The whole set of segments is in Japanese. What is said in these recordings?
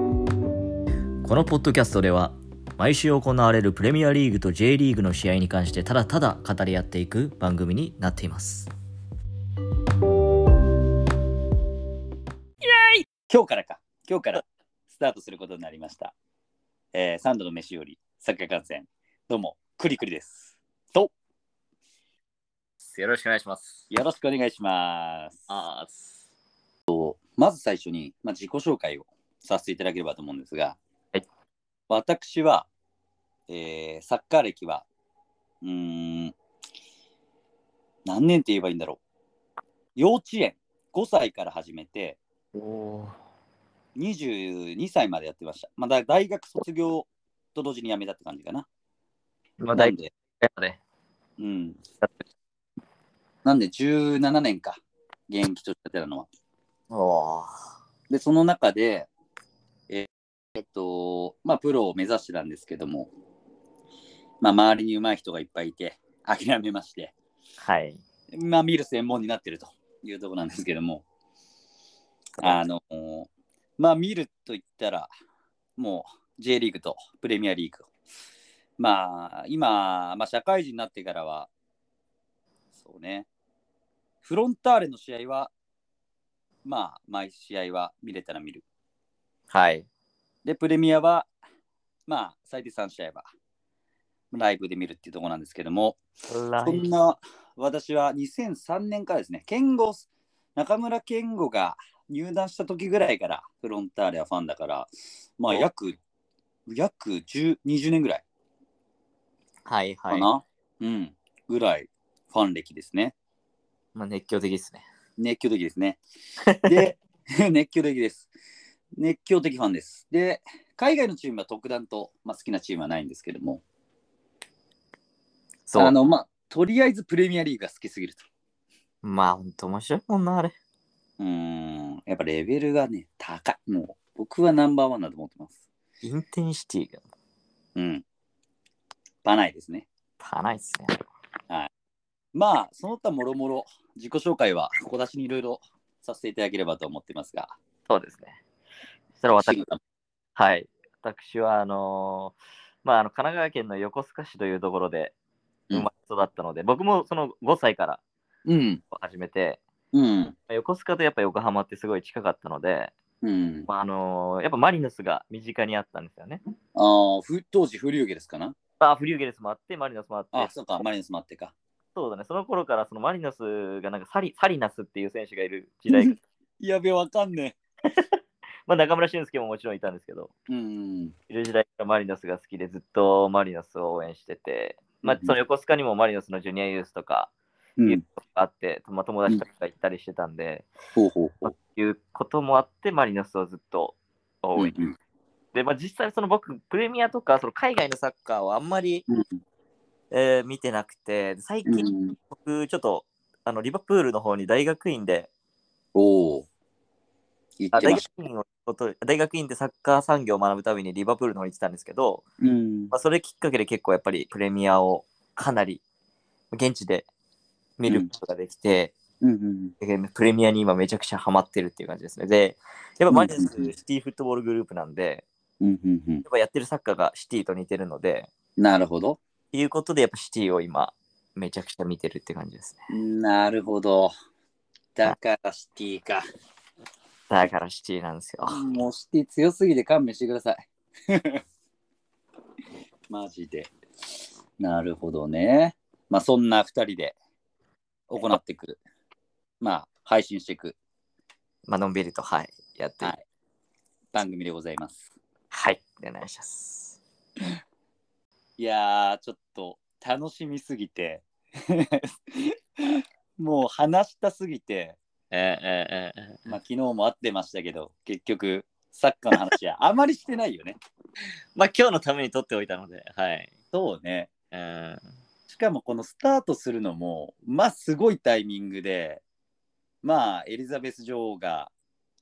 このポッドキャストでは毎週行われるプレミアリーグと J リーグの試合に関してただただ語り合っていく番組になっています今日からか、今日からスタートすることになりました。えー、サンドの飯よりサッカー観戦、どうも、くりくりです。と、よろしくお願いします。よろしくお願いします。あまず最初に、まあ、自己紹介をさせていただければと思うんですが、はい私は、えーサッカー歴は、うーん、何年って言えばいいんだろう。幼稚園5歳から始めて、おお22歳までやってました。まあだ大学卒業と同時に辞めたって感じかな。ー。まあ、な大ん体で、まで。うん。なんで17年か、現役としてやってたのは。おで、その中で、ええっと、まあ、プロを目指してたんですけども、まあ、周りに上手い人がいっぱいいて、諦めまして、はい。まあ、見る専門になってるというところなんですけども、あの、まあ、見ると言ったら、もう J リーグとプレミアリーグ。まあ、今、まあ、社会人になってからは、そうね、フロンターレの試合は、まあ、毎試合は見れたら見る。はい。で、プレミアは、まあ、最低3試合は、ライブで見るっていうところなんですけども、そそんな私は2003年からですね、健吾、中村健吾が入団した時ぐらいから、フロンターレはファンだから、まあ約、約10 20年ぐらいはいはかい。な、うん、ぐらいファン歴ですね。まあ、熱狂的ですね。熱狂的で すね。で、 熱狂的です。熱狂的ファンです。で、海外のチームは特段と、まあ、好きなチームはないんですけども、そう。あの、まあ、とりあえずプレミアリーグが好きすぎると。まあ、ほんと面白いもんな、あれ。うーん、やっぱレベルがね、高い。もう、僕はナンバーワンだと思ってます。インテンシティがうん。バナイですね。パないっすね。まあ、その他もろもろ、自己紹介は小出しにいろいろさせていただければと思ってますが、そうですね。そしたら私シグ、さんはい。私は、あのーまあ、あの、神奈川県の横須賀市というところでうん生まれ育ったので、僕もその5歳からうん、始めて、うん、横須賀とやっぱ横浜ってすごい近かったので、うん。まあ、あのーやっぱマリノスが身近にあったんですよね。ああ、ふ当時、フリューゲですかなあ、フリューゲルスもあって、マリノスもあって、あ、そうか、マリノスもあってか。そうだね、その頃からそのマリノスがなんかサリサリナスっていう選手がいる時 代が、やべ、わかんねまあ、中村俊輔ももちろんいたんですけど、え。うん、いる時代からマリノスが好きで、ずっとマリノスを応援してて、まあう、んその横須賀にもマリノスのジュニアユースとか、うユーんス、とかあって、まあ、友達とか行ったりしてたんで、ほうほうほう。いうこともあって、マリノスをずっと応援。うんで、まあ、実際、その僕、プレミアとか、その海外のサッカーをあんまり、うんえー見てなくて、最う近、ん、僕、ちょっと、あのリバプールの方に大学院でおお。言っあて大ま学した。院を大学院でサッカー産業を学ぶためにリバプールの方に行ってたんですけど、うんまあ、それきっかけで結構やっぱりプレミアをかなり現地で見ることができて、うんうんでプレミアに今めちゃくちゃハマってるっていう感じですね。で、やっぱマリノスうんうんうんシティフットボールグループなんで、うんうんうんやっぱやってるサッカーがシティと似てるので、なるほど。っていうことでやっぱシティを今めちゃくちゃ見てるって感じですね。なるほど。だからシティか。だからシティなんですよ。もうシティ強すぎて勘弁してください。 マジで。なるほどね。まあそんな2人で行っていく。まあ配信していくまあのんびりとはい、やっていはい番組でございます。はい、お願いします。いやー、ちょっと楽しみすぎて。 もう話したすぎて、えー、ええまあ昨日も会ってましたけど、結局サッカーの話はあまりしてないよね。まあ今日のために取っておいたので、はい。そうね。うん、しかもこのスタートするのもまあすごいタイミングでまあエリザベス女王が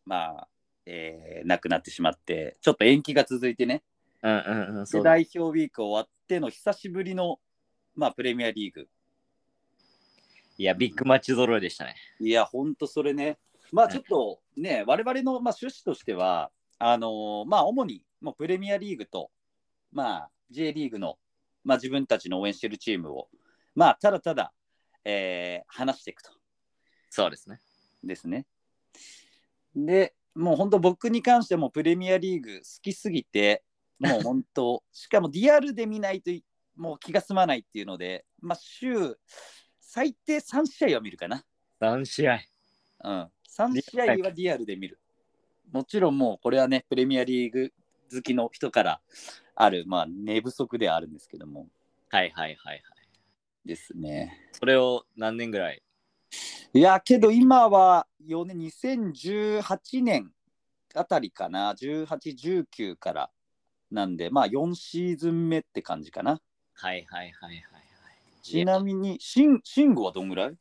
まあ、えー亡くなってしまってちょっと延期が続いてねうんうんうん、そでうだ。代表ウィーク終わっての久しぶりの、まあ、プレミアリーグ。いや、ビッグマッチ揃いでしたね。いや、ほんとそれね。まあうんちょっとね、我々のまあ趣旨としては、あのーまあ主にもうプレミアリーグと、まあ J リーグの、まあ自分たちの応援してるチームを、まあただただ、えー話していくと。そうですね。ですね。で、もう本当僕に関してはもうプレミアリーグ好きすぎて、もう本当、しかもリアルで見ないといもう気が済まないっていうので、まあ週、最低3試合は見るかな。 3試合。うん、3試合はリアルで見る。もちろんもうこれはね、プレミアリーグ好きの人からある、まあ寝不足ではあるんですけども。はいはいはいはい。ですね。それを何年ぐらいいや、けど今は4年、2018年あたりかな、18、19からなんで、まあ4シーズン目って感じかな。はいはいはいはいはい。ちなみに、シンシンゴはどんぐらいい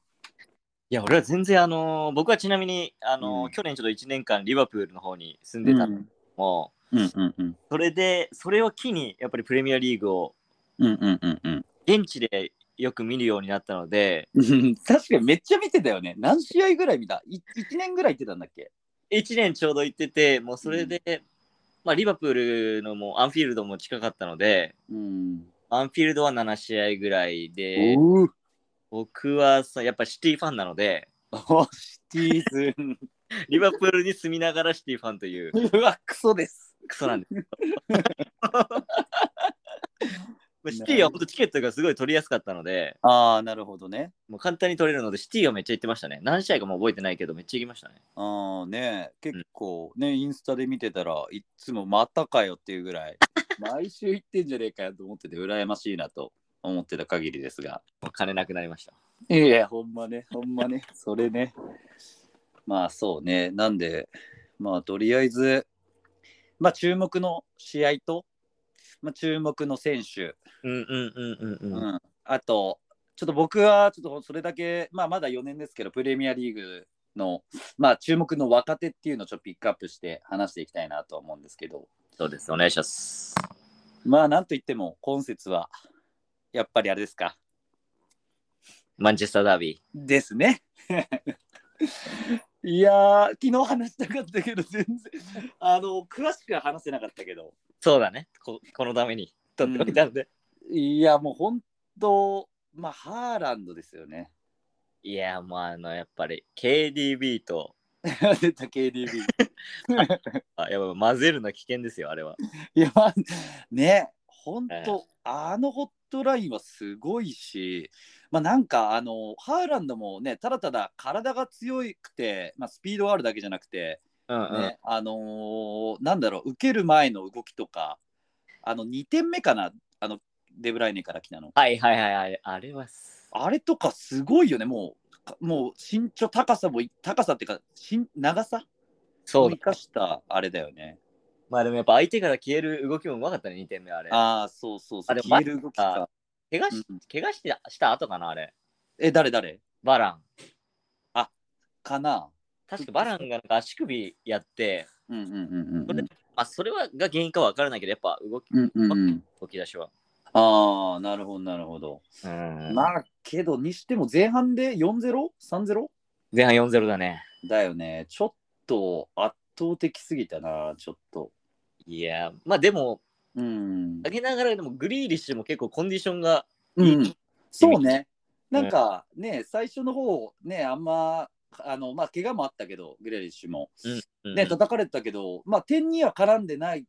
や、俺は全然、あのー僕はちなみに、あのーうん去年ちょっと1年間リバプールの方に住んでたのうんも、うんうんうん。それで、それを機に、やっぱりプレミアリーグをうんうんうんうん現地でよく見るようになったので、うん、 確かにめっちゃ見てたよね。何試合ぐらい見た ?1 年ぐらい行ってたんだっけ1年ちょうど行ってて、もうそれで、まあ、リバプールのもうアンフィールドも近かったので、うん。アンフィールドは7試合ぐらいで、おう僕はさ、やっぱシティファンなので、お シティーズン。リバプールに住みながらシティファンと いう、うわ、クソです。クソなんですけど。シティは本当チケットがすごい取りやすかったので、 ああ、なるほどね。もう簡単に取れるので、シティはめっちゃ行ってましたね。何試合かもう覚えてないけど、めっちゃ行きましたね。ああ、ねえ結構ね、インスタで見てたらいっつもまたかよっていうぐ らい、毎週行ってんじゃねえかよと思ってて、羨ましいなと思ってた限りですが。もう金なくなりました。いやいや、ほんまね、ほんま ね、それね。まあそうね、なんで、まあとりあえず、まあ注目の試合と、まあ、注目の選手、うんうんうんうんうん。うんあと、ちょっと僕はちょっとそれだけ、まあ、まだ4年ですけど、プレミアリーグの、まあ、注目の若手っていうのをちょっとピックアップして話していきたいなとは思うんですけど、そうです、お願いします。まあなんといっても今節はやっぱりあれですか。マンチェスターダービですね。 いやー、昨日話したかったけど、全然、あの、詳しくは話せなかったけど、ー。そうだね。ここのために取っておいたので。いや、もう本当、まあ、ハーランドですよね。 いや、もうあの、やっぱり KDB と、出た KDB。あやっぱ混ぜるの危険ですよ、あれは。いや、まあね、本え当、あのホットラインはすごいし、まあ、なんかあの、ハーランドもね、ただただ体が強くて、まあ、スピードがあるだけじゃなくて、うんうん。ねあのーなんだろう、受ける前の動きとか、あの2点目かな、あのデブライネから来たの。はいはいはいはい、あれはす。あれとかすごいよね、もう、かもう身長、高さもい、高さっていうか、身長さそをうだ生。かしたあれだよね。まあでもやっぱ相手から消える動きもうまかったね、2点目あれ。ああ、そうそうそあう、れ消える動きまか。怪我しうん怪我してした後かな、あれ。え、誰誰バラン。かな。確かバランがなんか足首やって、うんうんうんうんまあ、それはが原因かは分からないけど、やっぱ動きうんうんうん。動き出しは。ああ、なるほどなるほど。まあ、まあけどにしても前半で 4-0?3-0? 前半4-0だね。だよね。ちょっと圧倒的すぎたな、ちょっと。いやー、まあでも、うん上。げながらでもグリーリッシュも結構コンディションが、うん、そうね。なんかね、最初の方、ね、あんま、あの、まあ、怪我もあったけど、グレリッシュも。うんね、叩かれてたけど、まあ、点には絡んでない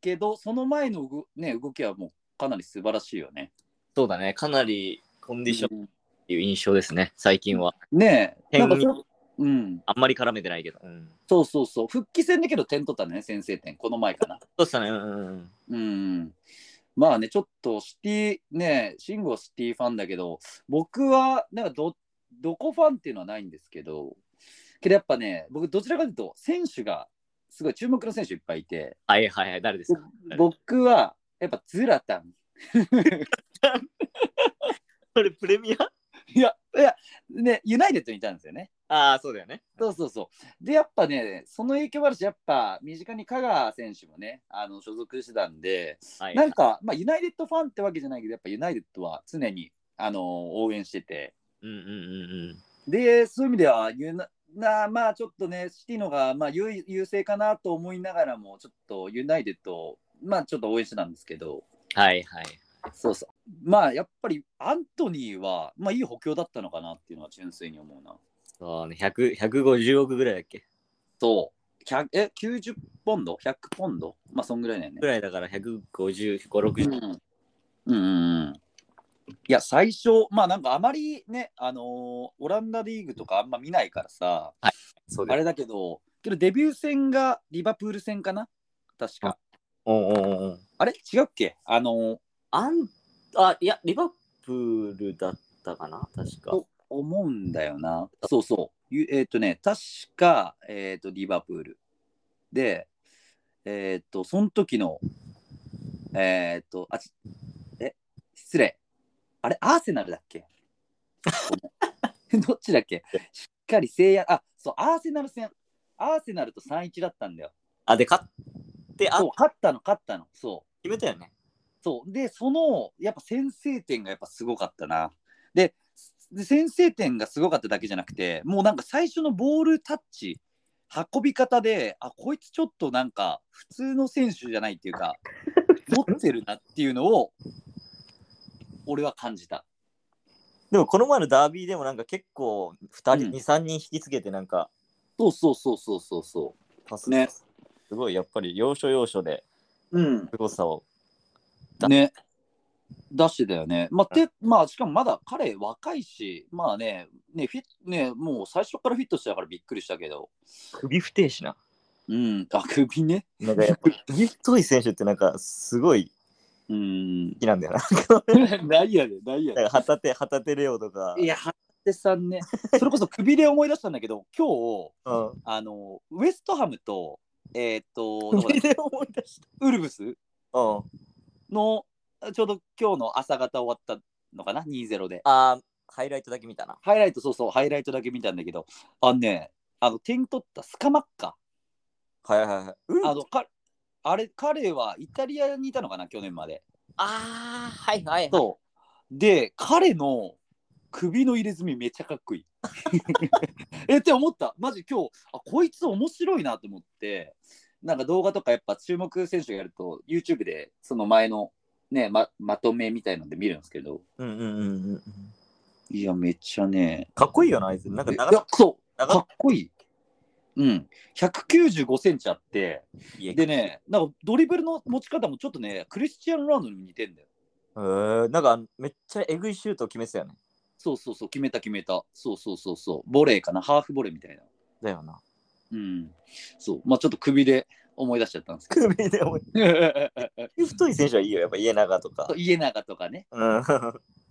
けど、その前のうごね、動きはもうかなり素晴らしいよね。そうだね、かなりコンディションっうんていう印象ですね、最近は。ねえ、点なんかにそ、うん。あんまり絡めてないけど。うん、そうそうそう。復帰戦だけど点取ったね、先制点。この前かな。そうしたね、うんうんうん。うん。まあね、ちょっとシティ、ね、シンゴシティファンだけど、僕は、なんかど、どこファンっていうのはないんですけど、けどやっぱね、僕どちらかというと、選手が、すごい注目の選手いっぱいいて、はいはいはい、誰ですか僕は、やっぱズラタン。それプレミアいや、いや、ね、ユナイテッドにいたんですよね。ああ、そうだよね。そうそうそう。で、やっぱね、その影響もあるし、やっぱ身近に香川選手もね、あの所属してたんで、はい。なんか、まあ、ユナイテッドファンってわけじゃないけど、やっぱユナイテッドは常にあの応援してて、うんうんうんで、そういう意味では、ユナなまあちょっとね、シティのが、まあ、優優勢かなと思いながらも、ちょっとユナイテッドを、まあちょっと応援してたんですけど、うん。はいはい。そうそう。まあやっぱりアントニーは、まあいい補強だったのかなっていうのは純粋に思うな。そうね、100 150億ぐらいだっけそう。100え、90ポンド ?100 ポンドまあそんぐらいだよねぐ。らいだから150、560。うんうんうんいや最初まあなんかあまりねあのーオランダリーグとかあんま見ないからさそうあれれだけどけどデビュー戦がリバプール戦かな確かうんうんうんうん。あれ違うっけあのーあん、あ、いや、リバプールだったかな確か。と思うんだよなそうそうゆえっ、とね確かえっ、とリバプールでえっ、とその時のえっ、とあちえ失礼あれアーセナルだっけごめん どっちだっけしっかり制約あそうアーセナル戦アーセナルと3-1だったんだよあ、で、勝って、あそう、勝ったの勝ったのそう決めたよね。そう。で、その、やっぱ先制点がやっぱすごかったな。で、で先制点がすごかっただけじゃなくて、もうなんか最初のボールタッチ、運び方で、あ、こいつちょっとなんか普通の選手じゃないっていう か、持ってるなっていうのを、俺は感じた。でも、この前のダービーでもなんか結構、2人、うん2、3人引きつけて、なんか、そうそうそうそうそうそパスね。すごい、やっぱり、要所要所で、う。うん。すごさを。ね。出してたよね。まあ、て、まあ、しかもまだ彼若いし、まあね、ね、フィッね、もう最初からフィットしてたからびっくりしたけど、首不定 しな。うん、あくびね。なんかやっぱ、首太い選手ってなんか、すごいうん 好。きなんだよな。 何やねん、何やなねんか旗手、旗手レオとか。ん。いや、ハテさ んね、それこそ首で思い出したんだけど、今日、うん。あの、ウエストハムと、えーっ と、どこだ首で思い出した。ウルブスうん。の、ちょうど今日の朝方終わったのかな、2-0で。あーハイライトだけ見たな。ハイライト、そうそう、ハイライトだけ見たんだけど、あのね、あの、点取ったスカマッカ。はいはいはい。うん、あの、かあれ、彼はイタリアにいたのかな、去年まで。あーはいはいはい。そう。で、彼の首の入れ墨めっちゃかっこいい。 えって思った。マジ今日、あこいつ面白いなと思って、なんか動画とかやっぱ注目選手がやると、YouTube でその前のね、ままとめみたいので見るんですけど、うんうんうんうん。いや、めっちゃね、かっこいいよな、あいつ。なんかい長やさ、そう、長かさっこいい。うん、195センチあって、でね、なんかドリブルの持ち方もちょっとね、クリスチアン・ロナウドに似てんだよ。えー、なんかめっちゃえぐいシュート決めてたよね。そうそうそう、決めた決めた。そうそうそうそう、ボレーかな、ハーフボレーみたいな。だよな。うん。そう。まあちょっと首で思い出しちゃったんですけ 首で思いど。太い選手はいいよ、やっぱ家長とか。家長とかね。うん。 そ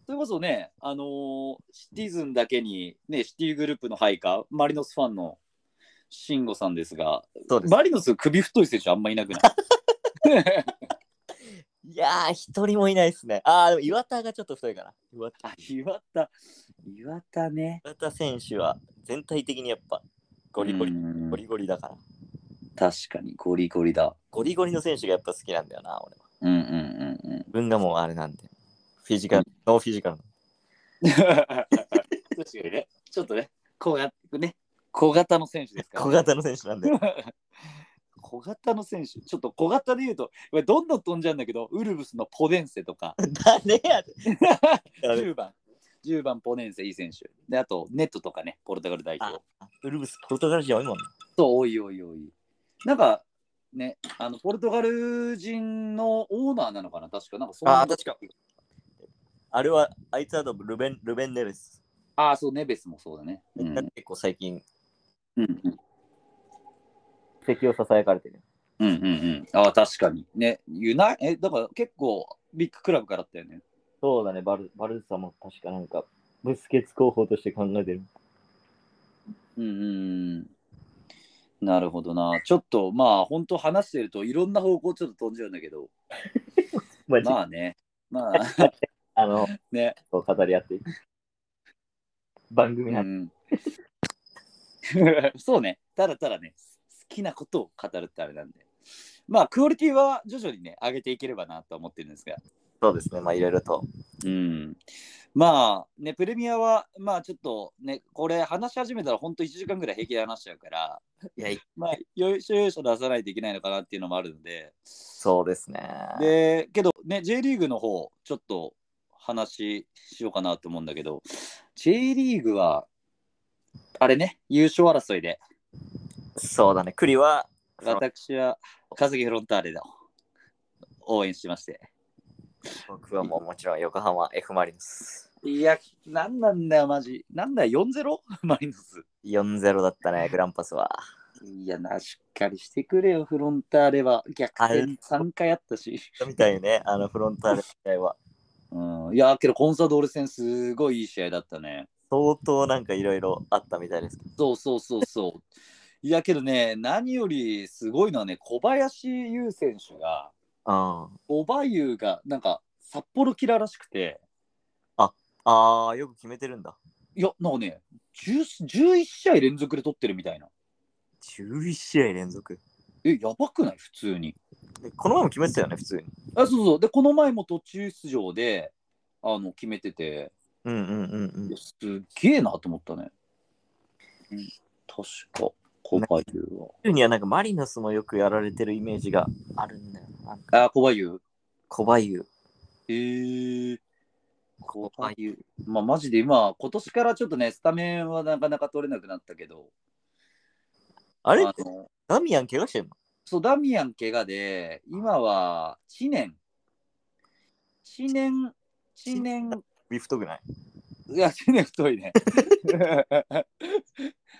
れこそね、あのーシティズンだけに、ね、シティグループの配下、マリノスファンの慎吾さんですが、そうです。マリノス首太い選手あんまいなくないいやー、一人もいないですね。あー、でも岩田がちょっと太いかな。岩田 あ、岩田、岩田ね。岩田選手は全体的にやっぱゴリゴリ、うんゴリゴリだから。確かに、ゴリゴリだ。ゴリゴリの選手がやっぱ好きなんだよな、俺は。うんうんうんうん。自分がもうあれなんで。フィジカル、ノーフィジカル。確かにね、ちょっとね、こうやってね、小型の選手ですから、小ね。型の選手なん で。小型の選手、ちょっと小型で言うと、うわどんどん飛んじゃうんだけど、ウルブスのポデンセとか、誰やであれ10番、10番ポデンセいい選手。で、あと、ネットとかね、ポルトガル代表。ウルブス、ポルトガル人多いもんな。そう、おいおいおい。なんか、ね、あの、ポルトガル人のオーナーなのかな、確か。なんかそんなあー確か。あれは、あいつは多分ルベン、ルベンネルス。ああ、そう、ネベスもそうだね。うん。うん結構最近、うん敵をささやかれてる。うんうんうん、ああ、確かに。ね、ユナイえ、だから結構ビッグクラブからだったよね。そうだね、バルバルサも確かなんか、ブスケツ候補として考えてる。うんうんうんなるほどな。ちょっとまあ本当話してるといろんな方向ちょっと飛んじゃうんだけど、まあ、まあね、まああの、ね、語り合っていく。番組うなんで、ん、そうね、ただただね、好きなことを語るってあれなんで。まあ、クオリティは徐々にね、上げていければなと思ってるんですが。そうですね、まあいろいろと。うん。まあ、ね、プレミアは、まあちょっとね、これ話し始めたら本当1時間ぐらい平気で話しちゃうから、いや、いまあ、よいしょよいしょ出さないといけないのかなっていうのもあるので、そうですね。で、けどね、J リーグの方、ちょっと話しようかなと思うんだけど、J リーグは、あれね、優勝争いで、そうだね、栗は、私は、カズフロンターレだ応援してまして。僕はもうもちろん横浜 F ・マリノス。いや、なんなんだよ、マジ。なんだよ、4-0? マリノス。 4-0だったね、グランパスは。いやな、しっかりしてくれよ、フロンターレは。逆あれ転3回あったし。みたいね、あのフロンターレの試合は。うん、いや、けどコンサドーレ戦、すごいいい試合だったね。相当なんかいろいろあったみたいですけど。そうそうそうそう。いや、けどね、何よりすごいのはね、小林優選手が、うん、小林優が、なんか、札幌キラーらしくて、ああ、よく決めてるんだ。いや、なんかね、10 11試合連続で取ってるみたいな。 11試合連続。え、やばくない普通に。でこの前も決めてたよね、普通に。あそうそうでこの前も途中出場であの決めててうんうんうんうんいや。すっげえなと思ったね、うん、確か小林は、普通にはなんかマリノスもよくやられてるイメージがあるんだよな。なんかあ小林小林。えー、小小林。林まあマジで今今年からちょっとねスタメンはなかなか取れなくなったけどあれのダミアン怪我してんのそうダミアン怪我で今は知念知念知念ビフト ぐないいや、手ね太いね。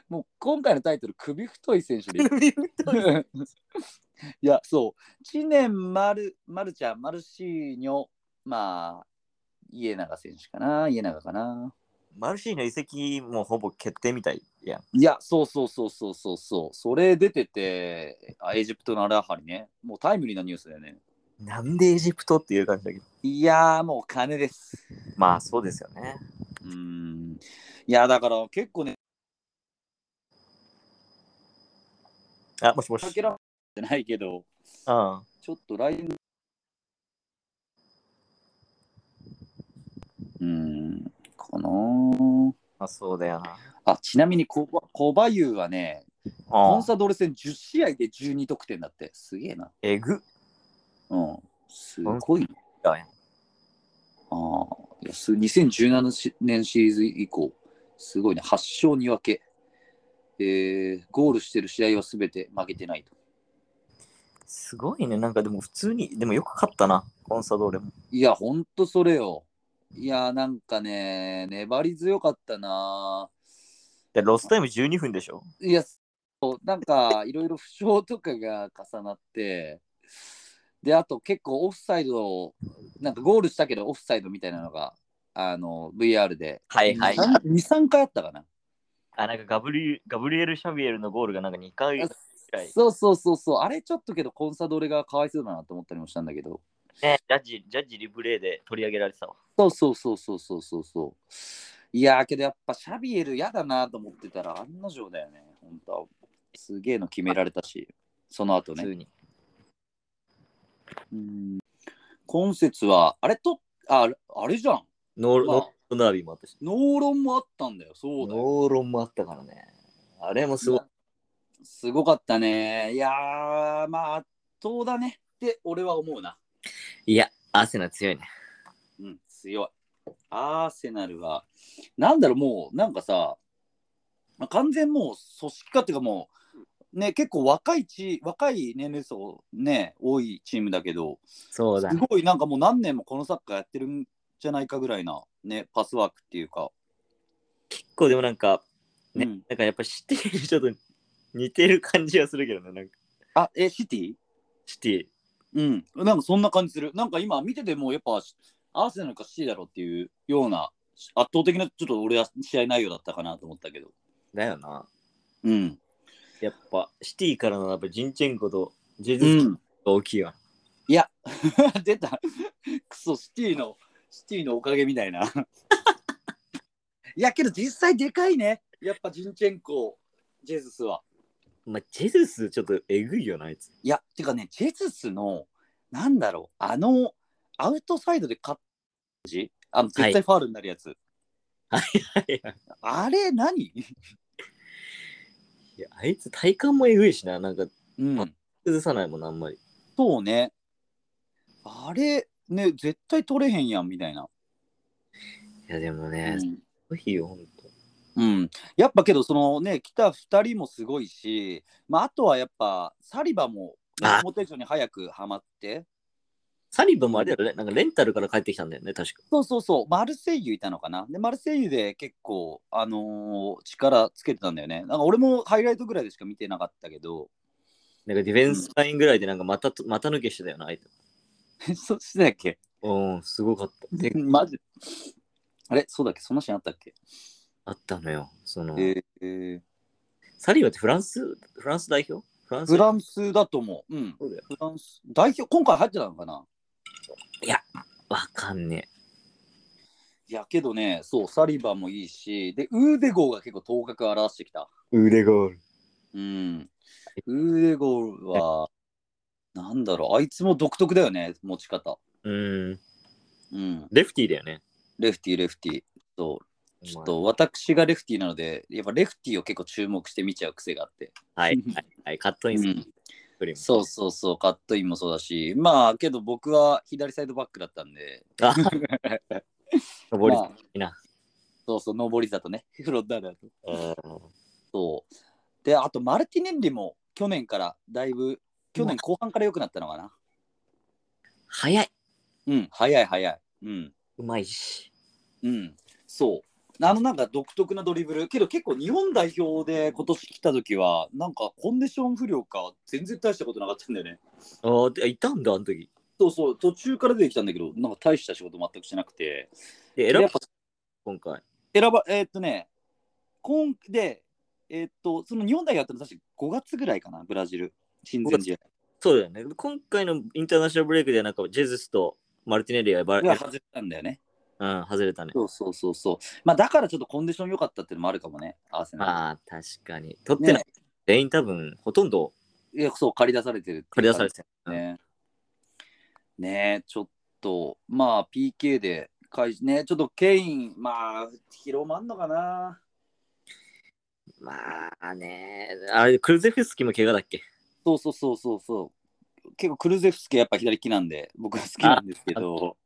もう今回のタイトル、首太い選手でいい。 いや、そう、知念丸、丸ちゃん、マルシーニョ、まあ、家永選手かな、家永かな。マルシーの移籍もほぼ決定みたいやん。いや、そうそうそうそうそうそう、それ出てて、あエジプトのアラハリね、もうタイムリーなニュースだよね。なんでエジプトっていう感じだけど。いやー、もう金です。まあそうですよね。うーん。いや、だから結構ね、あ、もしもし。かけらじゃないけど、うん。ちょっと来年。うーん、かなーまあそうだよな。あ、ちなみにコバ、コバユーはね、コうンん。サドーレ戦10試合で12得点だって。すげえな。えぐっうん。すごいね。だやん。あーいやす2017し年シリーズ以降、すごいね。8勝2分け。えー、ゴールしてる試合は全て負けてないと。すごいね。なんかでも普通に、でもよく勝ったな。コンサドーレも。いや、ほんとそれよ。いや、なんかね、粘り強かったなーで、ロスタイム12分でしょ。いや、そうなんかいろいろ負傷とかが重なって、で、あと結構オフサイド、なんかゴールしたけどオフサイドみたいなのが、あの、VR で、はいはい。 2、3回あったかな。あ、なんかガブリガブリエル・シャビエルのゴールがなんか2回ぐらい。そうそうそうそう、あれちょっとけど、コンサドーレがかわいそうだなと思ったりもしたんだけど、ね、ジャッジ、ジャッジリプレイで取り上げられてたわ。そうそうそうそうそうそうそう。いやーけどやっぱシャビエル嫌だなと思ってたら案の定だよね、本当はすげえの決められたし、その後普ね。通に。うん今節は、あれと、ああれじゃん。ノーまあノーダービーもあったし。ノーロンもあったんだよ。そうだよ。ノーロンもあったからね。あれもすごい。すごかったね。いやー、まあ、圧倒だねって俺は思うな。いや、アーセナ強いね。うん、強い。アーセナルは、なんだろう、もう、なんかさ、まあ完全もう組織化っていうかもう、ね、結構若いチ若い年齢層ね、多いチームだけど、そうだすね。ごいなんかもう何年もこのサッカーやってるんじゃないかぐらいな、ね、パスワークっていうか。結構でもなんか、ねうんなんかやっぱシティにちょっと似てる感じはするけどね。なんかあ、え、シティシティ。うん、なんかそんな感じする。なんか今見ててもやっぱアーセナルかシティだろっていうような圧倒的なちょっと俺は試合内容だったかなと思ったけど。だよな。うん。 やっぱシティからのやっぱジンチェンコとジェうズスキん。が大きいわ。いや、出た。 クソ、シティの、シティのおかげみたいな。い やけど実際でかいね。やっぱジンチェンコ、ジェズスは。まあ、ジェズスちょっとえぐいよな、あいつ。 いや、てかね、ジェズスの、なんだろう、あの、アウトサイドで勝った感じあの、はい絶対ファールになるやつ。いやあれ何、い や、あいつ体幹もえぐいしな、なんかうん、崩さないもんな、あんまり。そうね。あれ、ね、絶対取れへんやん、みたいな。いや、でもうね、すん。ごいよ、ほんと。うんやっぱけど、そのね、来た2人もすごいし、まあ、あとはやっぱ、サリバも、ねあ、モテジョに早くはまって、サリバもあれだよね、なんかレンタルから帰ってきたんだよね、確か。そうそうそう、マルセイユいたのかな。で、マルセイユで結構、あのー力つけてたんだよね。なんか俺もハイライトぐらいでしか見てなかったけど、 なんかディフェンスラインぐらいでなんかまたと、また抜けしてたよな、あいつ。そうしてたっけうん、すごかった。でマジあれそうだっけそんなシーンあったっけ、あったのよ。その、えーサリバってフランス、フランス代表フランスフランスだと思う。うん。そうだよフランス。代表、今回入ってたのかないわかんねいや、けどね、そう、サリバンもいいし、で、ウーデゴーが結構頭角を現してきた。え。腕ゴール。うん。ウーデゴーは、なんだろう、あいつも独特だよね、持ち方。うん。うん。レフティーだよね。レフティー、レフティー。そう。ちょっおと私がレフティーなので、やっぱレフティーを結構注目して見ちゃう癖があって。前。はい、はい、はい。カットインする。うんプリムそうそうそう、カットインもそうだし、まあ、けど僕は左サイドバックだったんで、 あ、ボリまあいいな。そうそう、上り里ね、フロンターレだと。うんそう。で、あと、マルティネンリも去年からだいぶ、去年後半から良くなったのかな。早い。うん、早い早い。うん、うまいし。うん、そう。あのなんか独特なドリブル、けど結構日本代表で今年来た時は、なんかコンディション不良か、全然大したことなかったんだよね。ああ、でいたんだ、あの時。そうそう、途中から出てきたんだけど、なんか大した仕事全くしなくて。で、で選ばやっぱ今回。選ば、えーっとね、今で、えーっと、その日本代表やったの確か5月ぐらいかな、ブラジル、親善試合。そうだよね。今回のインターナショナルブレイクではなんか、ジェズスとマルティネリがばがれ外れたんだよね。うん、外れたね。そうそうそうそう。まあだからちょっとコンディション良かったっていうのもあるかもね、アーセナル。まあ、確かに。取ってない。全員多分、ほとんどいやそう、借り出されてるって借り出されてるね。ねえ、ちょっと、まあ PK で開始ね、ちょっとケイン、まあ広まんのかな。まあね、あれ、クルゼフスキも怪我だっけそうそうそうそうそう。結構クルゼフスキやっぱ左利きなんで僕は好きなんですけど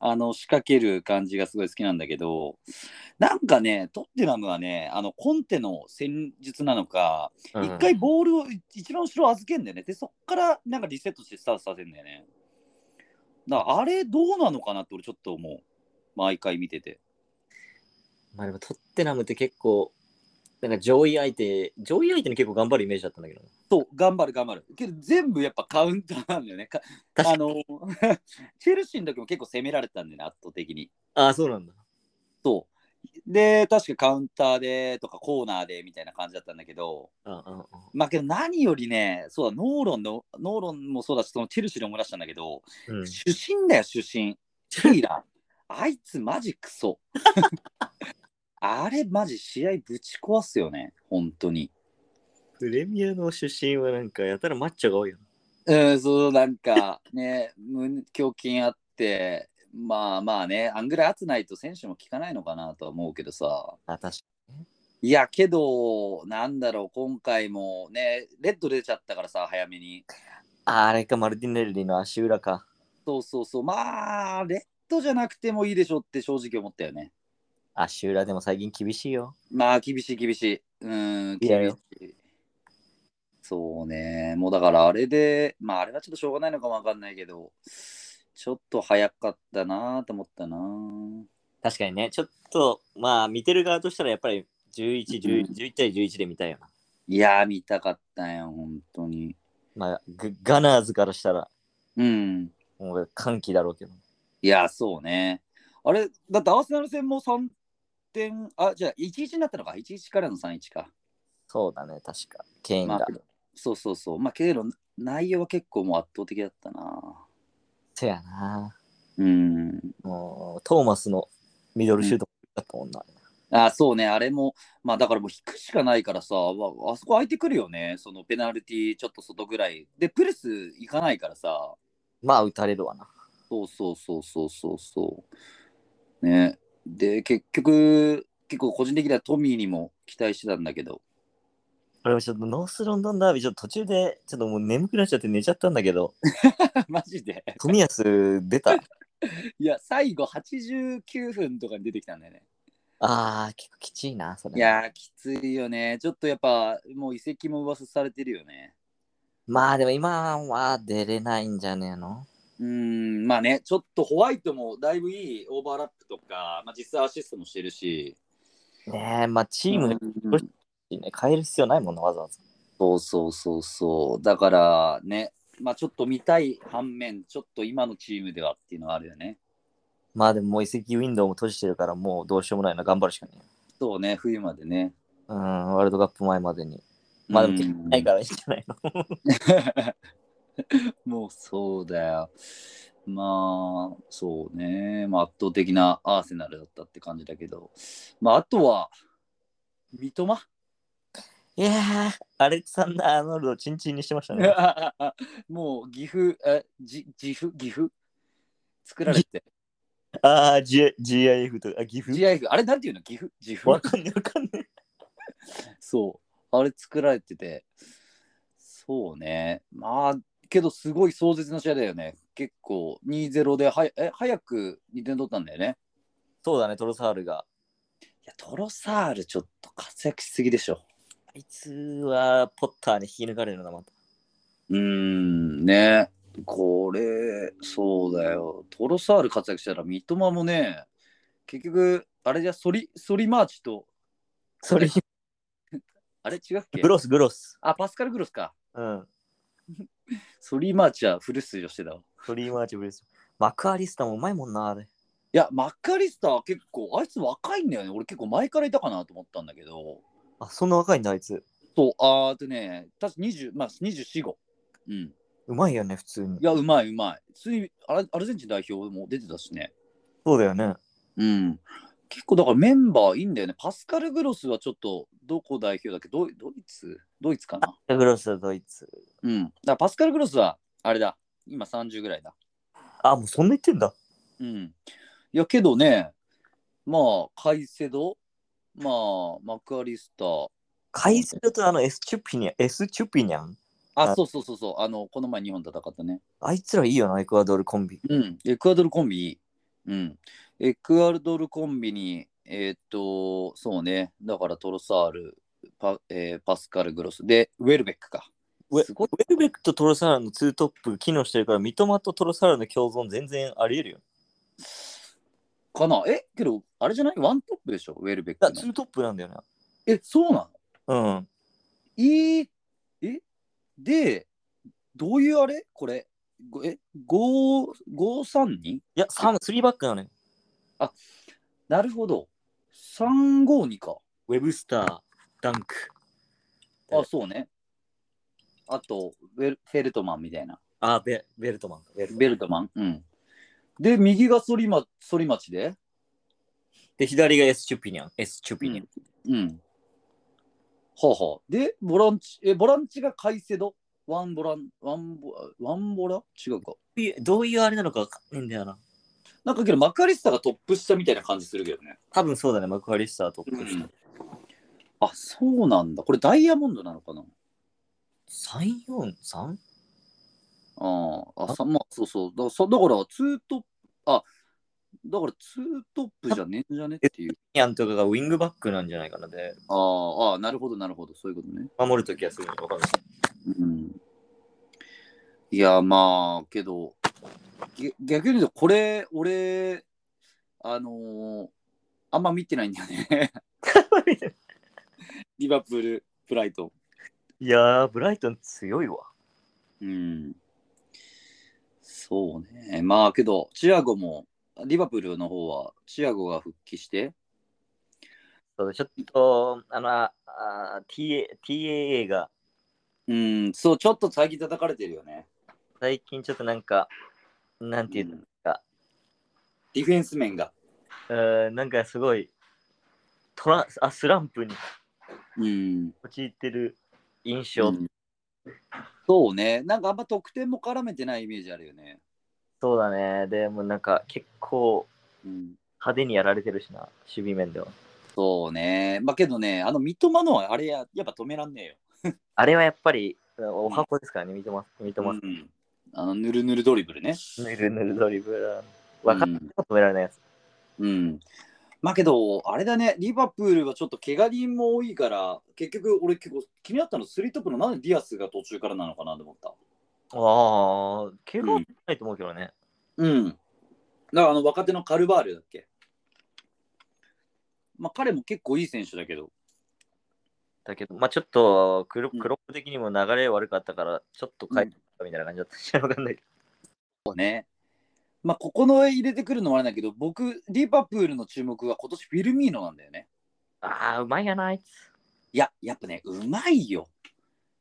あの仕掛ける感じがすごい好きなんだけどなんかねトッテナムはねあのコンテの戦術なのかう一、ん回ボールを一番後ろ預けんだよねでそっからなんかリセットしてスタートさせるんだよねだからあれどうなのかなって俺ちょっと思う毎回見ててまあでも、トッテナムって結構、なんか上位相手、上位相手に結構頑張るイメージだったんだけど。そう頑張る頑張るけど全部やっぱカウンターなんだよねか確あかに。の チェルシーの時も結構攻められたんだよね圧倒的にああ、そうなんだ。そう。で、確かカウンターでとかコーナーでみたいな感じだったんだけど、ああ、ああ。まあけど何よりね、そうだ、ノーロンの、ノーロンもそうだし、そのチェルシーで思い出したんだけど、うん。主審だよ、主 審。テイラー。あいつマジク ソ。あれマジ試合ぶち壊すよね、本当に。プレミアの出身はなんか、やたらマッチョが多いよ。うん、そう、なんかね、胸胸筋あって、まあまあね、あんぐらい圧ないと選手も効かないのかなとは思うけどさ。あ、確かいやけど、なんだろう、今回もね、レッド出ちゃったからさ、早めに。ああれか、マルティネリの足裏か。そうそうそう、まあ、レッドじゃなくてもいいでしょって正直思ったよね。足裏でも最近厳しいよ。まあ、厳しい、厳しい。うーん、いや厳しよい。そうね、もうだからあれで、まあ、あれはちょっとしょうがないのかもわかんないけど、ちょっと早かったなと思ったな。確かにね、ちょっと、まあ、見てる側としたらやっぱり11、10 11対11で見たいよな。いやー、見たかったよ、本当に。まあ、グガナーズからしたら、うん。もう歓喜だろうけど。いや、そうね。あれ、だってアーセナル戦も3点、あ、じゃあ1-1になったのか、1-1からの3-1か。そうだね、確か。ケインまがあ。、そうそうそう。まあ、けど、内容は結構もう圧倒的だったな。せやな。うん。もう、トーマスのミドルシュートだったもんな。ああそうね、あれも、まあだからもう引くしかないからさ、まあ、あそこ空いてくるよね、そのペナルティーちょっと外ぐらい。で、プレス行かないからさ、まあ、打たれるわな。そうそうそうそうそうそう。ね。で、結局、結構個人的にはトミーにも期待してたんだけど、 俺はちょっとノースロンドンダービー、ちょっと途中で、ちょっともう眠くなっちゃって寝ちゃったんだけど、マジで。富安出 た。いや、最後89分とかに出てきたんだよね。ああ、結構きちいな、それ。いやー、きついよね。ちょっとやっぱ、もう移籍も噂されてるよね。まあでも今は出れないんじゃねえのうーん、まあね、ちょっとホワイトもだいぶいいオーバーラップとか、まあ、実際アシストもしてるし。ねえ、まあチームうんにね、変える必要ないもんな、わざわざ。そうそうそうそう。だからね、まあちょっと見たい反面、ちょっと今のチームではっていうのはあるよね。まあでももう移籍ウィンドウも閉じてるから、もうどうしようもないな、頑張るしかねえ。そうね、冬までね。うん、ワールドカップ前までに。まあでも、うんないからいいんじゃないのもうそうだよ。まあ、そうね。まあ、圧倒的なアーセナルだったって感じだけど。まあ、あとは、三笘いやー、アレクサンダー・アーノルドをチンチンにしてましたね。 もう、岐阜、え、じ、岐阜、岐阜作られて。ああ、G- GIF とか、あ、岐阜 GIF、あれなんていうの岐阜岐わ阜かんねえ、わかんねえ。そう。あれ作られてて。そうね。まあ、けど、すごい壮絶な試合だよね。結構、2-0ではや、え、早く2点取ったんだよね。そうだね、トロサールが。いや、トロサールちょっと活躍しすぎでしょ。あいつはポッターに引き抜かれるのだ、また。うーん、ね。これ、そうだよ。トロサール活躍したら、三笘もね、結局、あれじゃ、ソリ、ソリマーチと、それ、あれ違うっけグロス、グロス。あ、パスカル・グロスか。うん。ソリマーチはフル出場してたわ。いフリーマーチブレス。マクアリスタもうまいもんな、あれ。や、マッカリスター結構、あいつ若いんだよね。俺結構前からいたかなと思ったんだけど。あ、そんな若いんだ、あいつ。そう、あーあとね、確か20、まあ24、5。うん。いうまいよね、普通に。や、うまい、うまい。つい、アラアルゼンチン代表も出てたしね。そうだよね。うん。結構だからメンバーいいんだよね。パスカル・グロスはちょっとどこ代表だっけドイドイツドイツかなグロスはドイツ。うん。だからパスカル・グロスはあれだ。今30ぐらいだ。あ、もうそんな言ってんだ。うん。いやけどね、まあ、カイセド、まあ、マクアリスター。カイセドとあのエスチュピニャン、エスチュピニャン。あ、あそうそうそうそう。あの、この前日本戦ったね。あいつらいいよな、エクアドルコンビ。うん。エクアドルコンビいい。うん。エクアドルコンビに、えーっと、そうね。だからトロサール、パ,、えーパスカル・グロス。で、ウェルベックか。ウェすごいウェルベックとトロサーラのツートップ機能してるから、三笘とトロサーラの共存全然ありえるよ。かなえけど、あれじゃないワントップでしょウェルベッいクや、のツートップなんだよな。え、そうなのうん。いいえで、どういうあれこれ。ごえ、5、532? いや、3、3バックなのよ。なるほど。352か。ウェブスター、ダンク。あ、そうね。あと、ウェルフェルトマンみたいな。あ、ベベルトマンか。ベルトマンベルトマンうん。で、右がソリマ、ソリマチで。で、左がエスチュピニャン。エスチュピニャン。うん。はあ、はあ、で、ボランチ、え、ボランチがカイセド。ワンボラン、ワンボ、ワンボラ違うか。どういうどういうあれなのかわかんねえんだよな。なんかけど、マカリスタがトップ下みたいな感じするけどね。多分そうだね、マクアリスターとかうんあ、そうなんだ。これダイヤモンドなのかな 343? ああ、あ、さまあ、そうそう。だからさ、だから、ツートップ、あ、だから、ツートップじゃねえんじゃねっていう。ニャンとかがウィングバックなんじゃないかなで、あーあー、なるほど、なるほど。そういうことね。守るときはすぐにわかるし。うんいや、まあ、けど、げ逆に言うと、これ、俺、あのーあんま見てないんだよね。 リバプール、ブライト いやー、ブライトン強いわ。ン。うん。そうね。まあ、けど、チアゴも、リバプールの方は、チアゴが復帰して、そうちょっと、あの、ああ TA TAA がうん、そう、ちょっと最近叩かれてるよね。最近ちょっとなんか、なんていううのんディフェンス面が。うーん、なんかすごい、トラあスランプにうん。陥ってる印象、うんそうね。なんかあんま得点も絡めてないイメージあるよね。そうだねでもなんか結構うん。派手にやられてるしな守備面ではそうね。まあけどね、あの三笘のあれや、やっぱ止めらんねえよ。あれはやっぱりお箱ですからね、見てます。見てまうん、あのぬるぬるドリブルね。す。ぬるぬるドリブル。分かっても止められないやつ。うん。まあけど、あれだね、リバプールはちょっと怪我人も多いから、結局俺結構気になったのスリートップのなんでディアスが途中からなのかなと思った。ああ、怪我はないと思うけどね。うん。だからあの若手のカルバールだっけ。まあ彼も結構いい選手だけど。だけど、まあちょっとクロ、うんクロップ的にも流れ悪かったから、ちょっと変えたみたいな感じだったし、 わかんないけまあここの入れてくるのもあれだけど、僕、リバプールの注目は今年フィルミーノなんだよね。ど。ああ、うまいやな、あいつ。いや、やっぱね、うまいよ。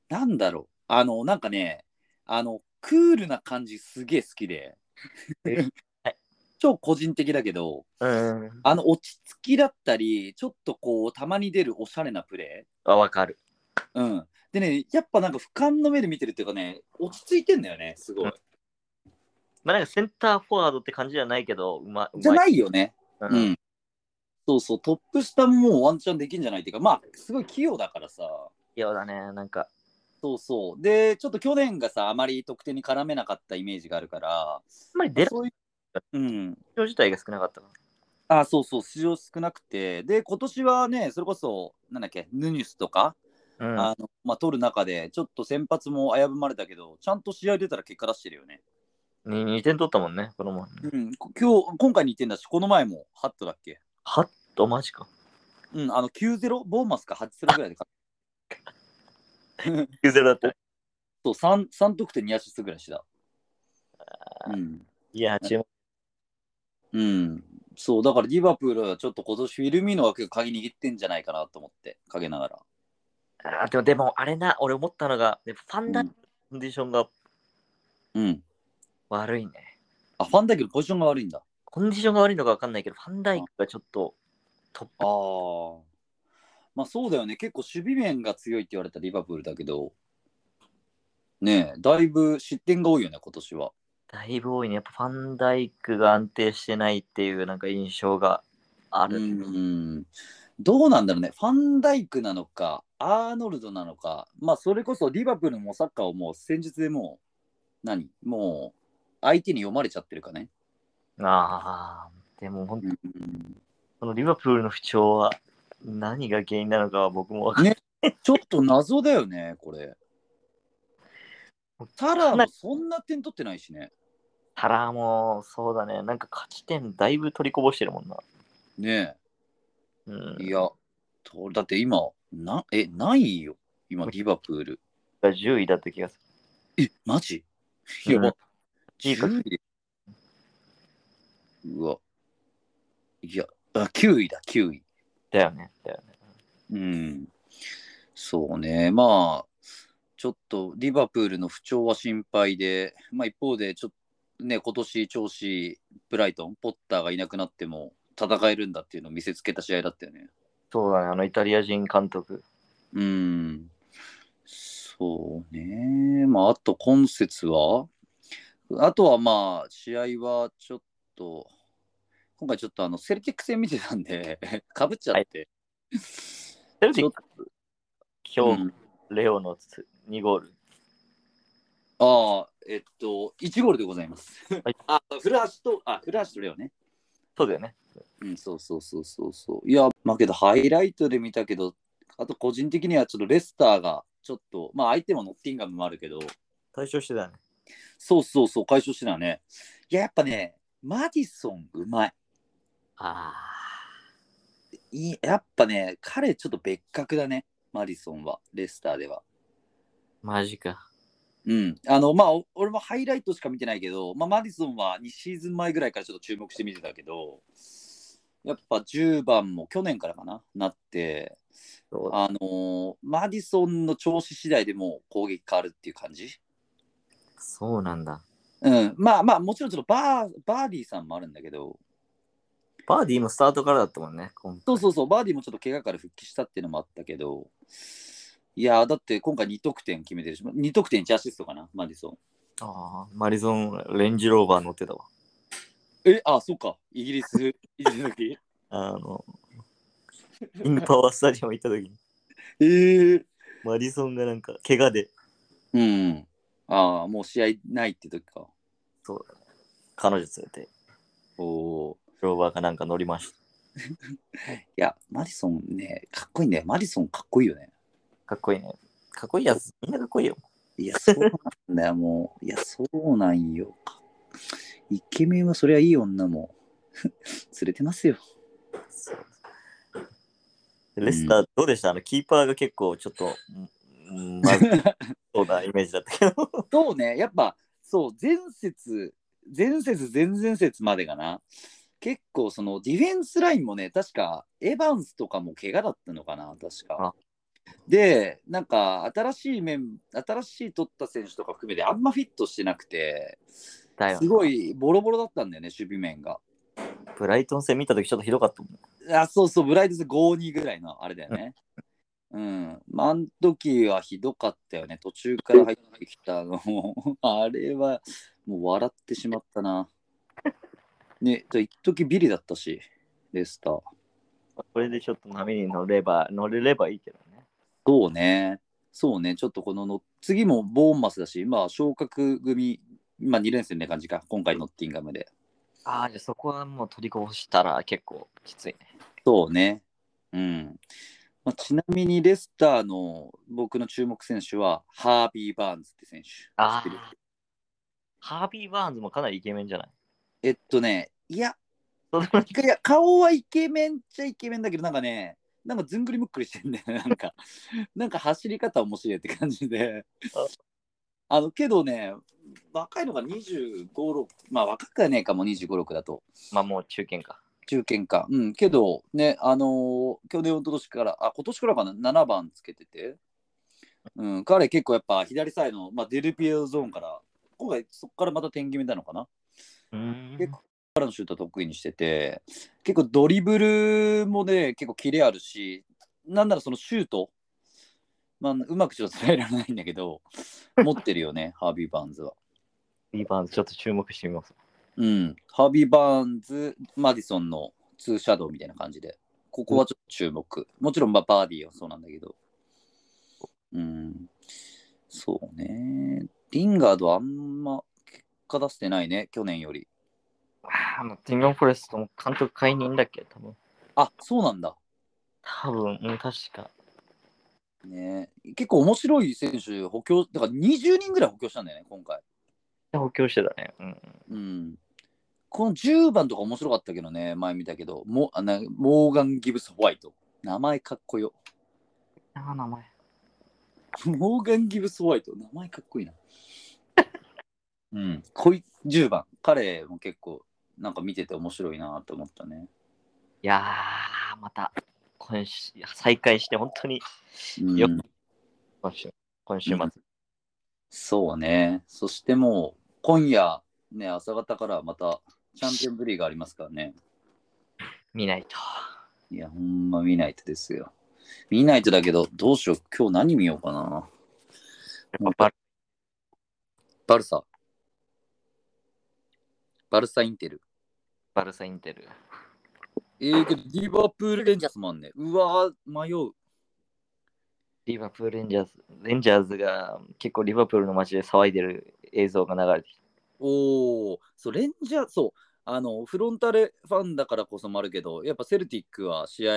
なんだろう。あの、なんかね、あの、クールな感じすげえ好きでえ。超個人的だけど、うん。あの、落ち着きだったり、ちょっとこう、たまに出るおしゃれなプレあ、わかる。ー。うん。でね、やっぱなんか俯瞰の目で見てるっていうかね、落ち着いてんだよね、すごい。まあなんかセンターフォワードって感じじゃないけど、うまうまい。じゃないよね。うんう。ん。そうそう、トップ下ももうワンチャンできんじゃないっていうか、まあ、すごい器用だからさ。嫌だね、なんか。そうそう。で、ちょっと去年がさ、あまり得点に絡めなかったイメージがあるかあら、んまり出るそういう、うん。人自体が少なかったかあ、そうそう、出場少なくて、で、今年はね、それこそ、なんだっけ、ヌニュスとか、ら。うん。あのまあ、取る中で、ちょっと先発も危ぶまれたけど、ちゃんと試合出たら結果出してるよね。に2点取ったもんね、このもん。うん、こ今日、今回2点だし、この前もハットだっけ。はっと、マジか。うん、あの9-0、ボーマスか8-0ぐらいで勝っ9-0だった。そう 3, 3得点2アシストぐらいした。うんいや、注目。うん、そう、だからリバプールはちょっと今年フィルミーノが結構鍵握ってんじゃないかなと思って、陰ながら。あーでも、でも、あれな、俺思ったのが、やっぱファンダうのんコンディションがうん。悪いね。あ、ファンダイクのポジションが悪いんだ。コンディションが悪いのか分かんないけど、ファンダイクがちょっとトッああ。まあそうだよね。結構守備面が強いって言われたリバプールだけど、ねえ、だいぶ失点が多いよね、今年は。プ、だいぶ多いね。やっぱファンダイクが安定してないっていうなんか印象がある。うん。どうなんだろうね。ファンダイクなのか、アーノルドなのか、まあそれこそリバプールもサッカーをもう戦術でもう、何もう相手に読まれちゃってるかね。ああ、でも本当、うんこのリバプールの不調は何が原因なのかは僕も分かんない。ちょっと謎だよね、これ。タラーもそんな点取ってないしね。タラーもそうだね。なんか勝ち点だいぶ取りこぼしてるもんな。ねうんえ。いや、とだって今、なえ、ないよ。今、リバプール。が10位だった気がすえ、マジうんやば。いいか10位でうわ。いや、あ、9位だ、9位。る。だよね。だよね。うん。そうね。まあ、ちょっとリバプールの不調は心配で、まあ一方で、ちょっとね、今年調子いいブライトン、ポッターがいなくなっても戦えるんだっていうのを見せつけた試合だったよね。そうだね。あのイタリア人監督。うん。そうね。まあ、あと今節は、あとはまあ、試合はちょっと、今回ちょっとあの、セルティック戦見てたんで、かぶっちゃって。セルテちィッょっク今日、うんレオの2ゴール。ああ、えっと、1ゴールでございます。 あ、古橋と、あ、古橋とレオね。そうだよね。うん、そうそうそうそうそう。いや、まあけど、ハイライトで見たけど、あと個人的にはちょっとレスターが、ちょっと、まあ相手もノッティンガムもあるけど、対処してたね。そうそうそう、解消してたね。いや、やっぱね、マディソンうまい。あいいやっぱね、彼ちょっと別格だね、マディソンは、レスターでは。あ、マジか。うん、あのまあお俺もハイライトしか見てないけど、まあ、マディソンは2シーズン前ぐらいからちょっと注目して見てたけどやっぱ10番も去年からかななってそうあのーマディソンの調子次第でもう攻撃変わるっていう感じ、そうなんだ。うん、まあまあもちろんちょっとバーバーディーさんもあるんだけどバーディーもスタートからだったもんね。今そうそうそう、バーディーもちょっと怪我から復帰したっていうのもあったけど、いやー、だって今回2得点決めてるし、2得点1アシストかな、マディソン。ああ、マリゾン、レンジローバー乗ってたわ。え、あ、そうか、イギリス、イギリスの時あの、イングパワースタジアム行った時に、 えー、マリソンがなんか、怪我で、うん。ああ、もう試合ないって時か。そうだね。彼女連れて、おおローバーかなんか乗りましー。いや、マディソンね、かっこいいんだよ。マディソンかっこいいよね。た。かっこいいね。かっこいいやつ、みんなかっこいいよ。いや、そうなんだよ、 もう。いや、そうなんよ。イケメンはそりゃいい女も 連れてますよ。レスター、どうでしたあの、キーパーが結構、ちょっと、うん、まずそうなイメージだったけど。そうね、やっぱそう、前節、前節、前々節までかな。結構そのディフェンスラインもね、確かエヴァンスとかも怪我だったのかな、確か。で、なんか新しい面、新しい取った選手とか含めてあんまフィットしてなくて、だよなすごいボロボロだったんだよね、守備面が。 ブライトン戦見た時ちょっとひどかったもん。あ、そうそう、ブライトズ5-2ぐらいのあれだよね。うん。まあ、あの時はひどかったよね。途中から入ってきたのも、 あれは、もう笑ってしまったな。ね、と一時ビリだったし、レスター。これでちょっと波に乗れば、乗れればいいけどね。そうね。そうね。ちょっとこのの、次もボーンマスだし、今、昇格組、今2連戦って感じか。今回、ノッティンガムで。ああ、じゃあそこはもう取りこぼしたら結構きついね。そうね。うん。まあ、ちなみにレスターの僕の注目選手はハービー・バーンズって選手。あ知ってるあ。ハービー・バーンズもかなりイケメンじゃないえっとね、いや、それもいや顔はイケメンっちゃイケメンだけど、なんかね、なんかずんぐりむっくりしてんだよね、 なんか、なんか走り方面白いって感じで。あのけどね、若いのが25、6、まあ若くはねえかも、25、6だと。まあもう中堅か。中堅か。うん、けど、ね、あのー去年、一昨年から、あ、今年からかな、7番つけてて、うん、彼結構やっぱ左サイドの、まあ、デルピエロゾーンから、今回そこからまた点決めたのかな。うん結構彼のシュート得意にしてて、結構ドリブルもね、結構キレあるし、なんならそのシュート、まあ、うまくちょっと伝えられないんだけど、持ってるよね、ハービー・バーンズは。ビーバーンズちょっと注目してみます。うん、ハービー・バーンズ、マディソンのツーシャドウみたいな感じで、ここはちょっと注目。もちろん、まあ、バーディーはそうなんだけど。うん、そうね。リンガードはあんま結果出してないね、去年より。ああ、もうティモン・フォレストも監督解任だっけ多分。あ、そうなんだ。多分、うん、確か。ね、結構面白い選手補強だから20人ぐらい補強したんだよね今回、補強してたね。うん。うん、この10番とか面白かったけどね前見たけどもあなモーガン・ギブス・ホワイト名前かっこよああ、名前。モーガン・ギブス・ホワイト名前かっこいいなうんこい10番彼も結構なんか見てて面白いなと思ったねいやー、また、今週、再開して本当にうんよっ今週、今週末。うんそうねそしてもう今夜ね朝方からまたチャンピオンズリーがありますからね見ないと。いや、ほんま見ないとですよ。見ないとだけど、どうしよう、今日何見ようかな。まあ、バルバルサ。バルサインテル。バルサインテル。えー、けど、リバプールレンジャーズもあんね。うわー、迷う。リバプール・レンジャーズ。レンジャーズが結構リバプールの街で騒いでる映像が流れてきおー、そう、レンジャー、そう、あの、フロンターレファンだからこそもあるけど、やっぱセルティックは試合、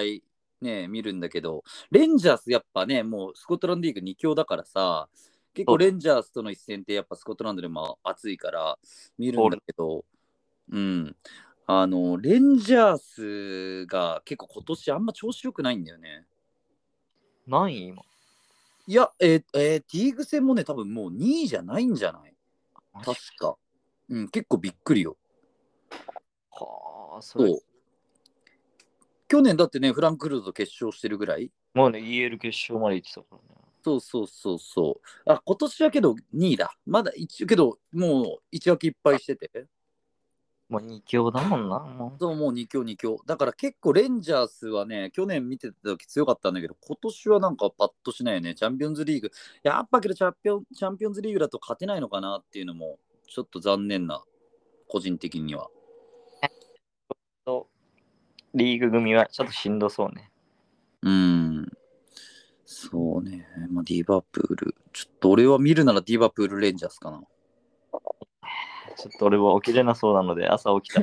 ね、見るんだけど、レンジャースやっぱね、もうスコットランドリーグ2強だからさ、結構レンジャースとの一戦ってやっぱスコットランドでも熱いから見るんだけど、うん。あの、レンジャースが結構今年あんま調子良くないんだよね。た。何位今いや、えーえーリーグ戦もね、多分もう2位じゃないんじゃない確か。うん、結構びっくりよ。はあ、そそうう。去年だってね、フランクフルトと決勝してるぐらい。もうね、EL 決勝まで行ってたからね。そうそうそうそう。あ、今年はけど2位だ。まだ一応けど、もう1枠いっぱいしてて。もう2強だもんな。もうそう、もう2強、2強。だから結構レンジャーズはね、去年見てた時強かったんだけど、今年はなんかパッとしないよね。チャンピオンズリーグ。やっぱけどチャンピオン、チャンピオンズリーグだと勝てないのかなっていうのも、ちょっと残念な、個人的には。リーグ組はちょっとしんどそうね。うん。そうね。まあ、ディバプール。ちょっと俺は見るならディバプールレンジャーズかな。ちょっと俺は起きれなそうなので朝起きた。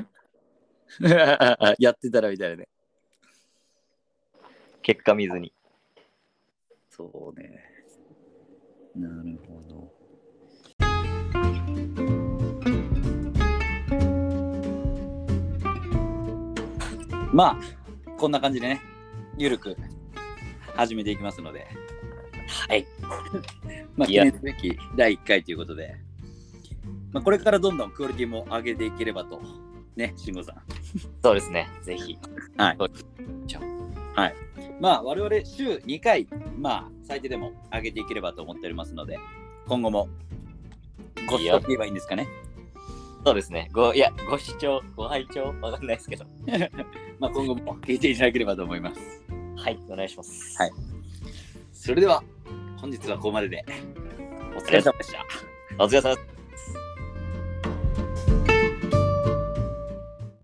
やってたらみたいなね。結果見ずに。そうね。なるほど。まあ、こんな感じでね、ゆるく始めていきますので、はい。 まあ、い記や念すべき第1回ということで、まあ、これからどんどんクオリティも上げていければと、ね、慎吾さん。そうですね。ぜひ。はいそう。じゃあはい。まあ、我々週2回、まあ、最低でも上げていければと思っておりますので、今後もご視聴すればいいんですかね。そうですね。ご、いや、ご視聴、ご拝聴、わかんないですけど。まあ、今後も聞いていただければと思います。はい、お願いします。はいそれでは、本日はここまでで、お疲れ様でした。お疲れ様です。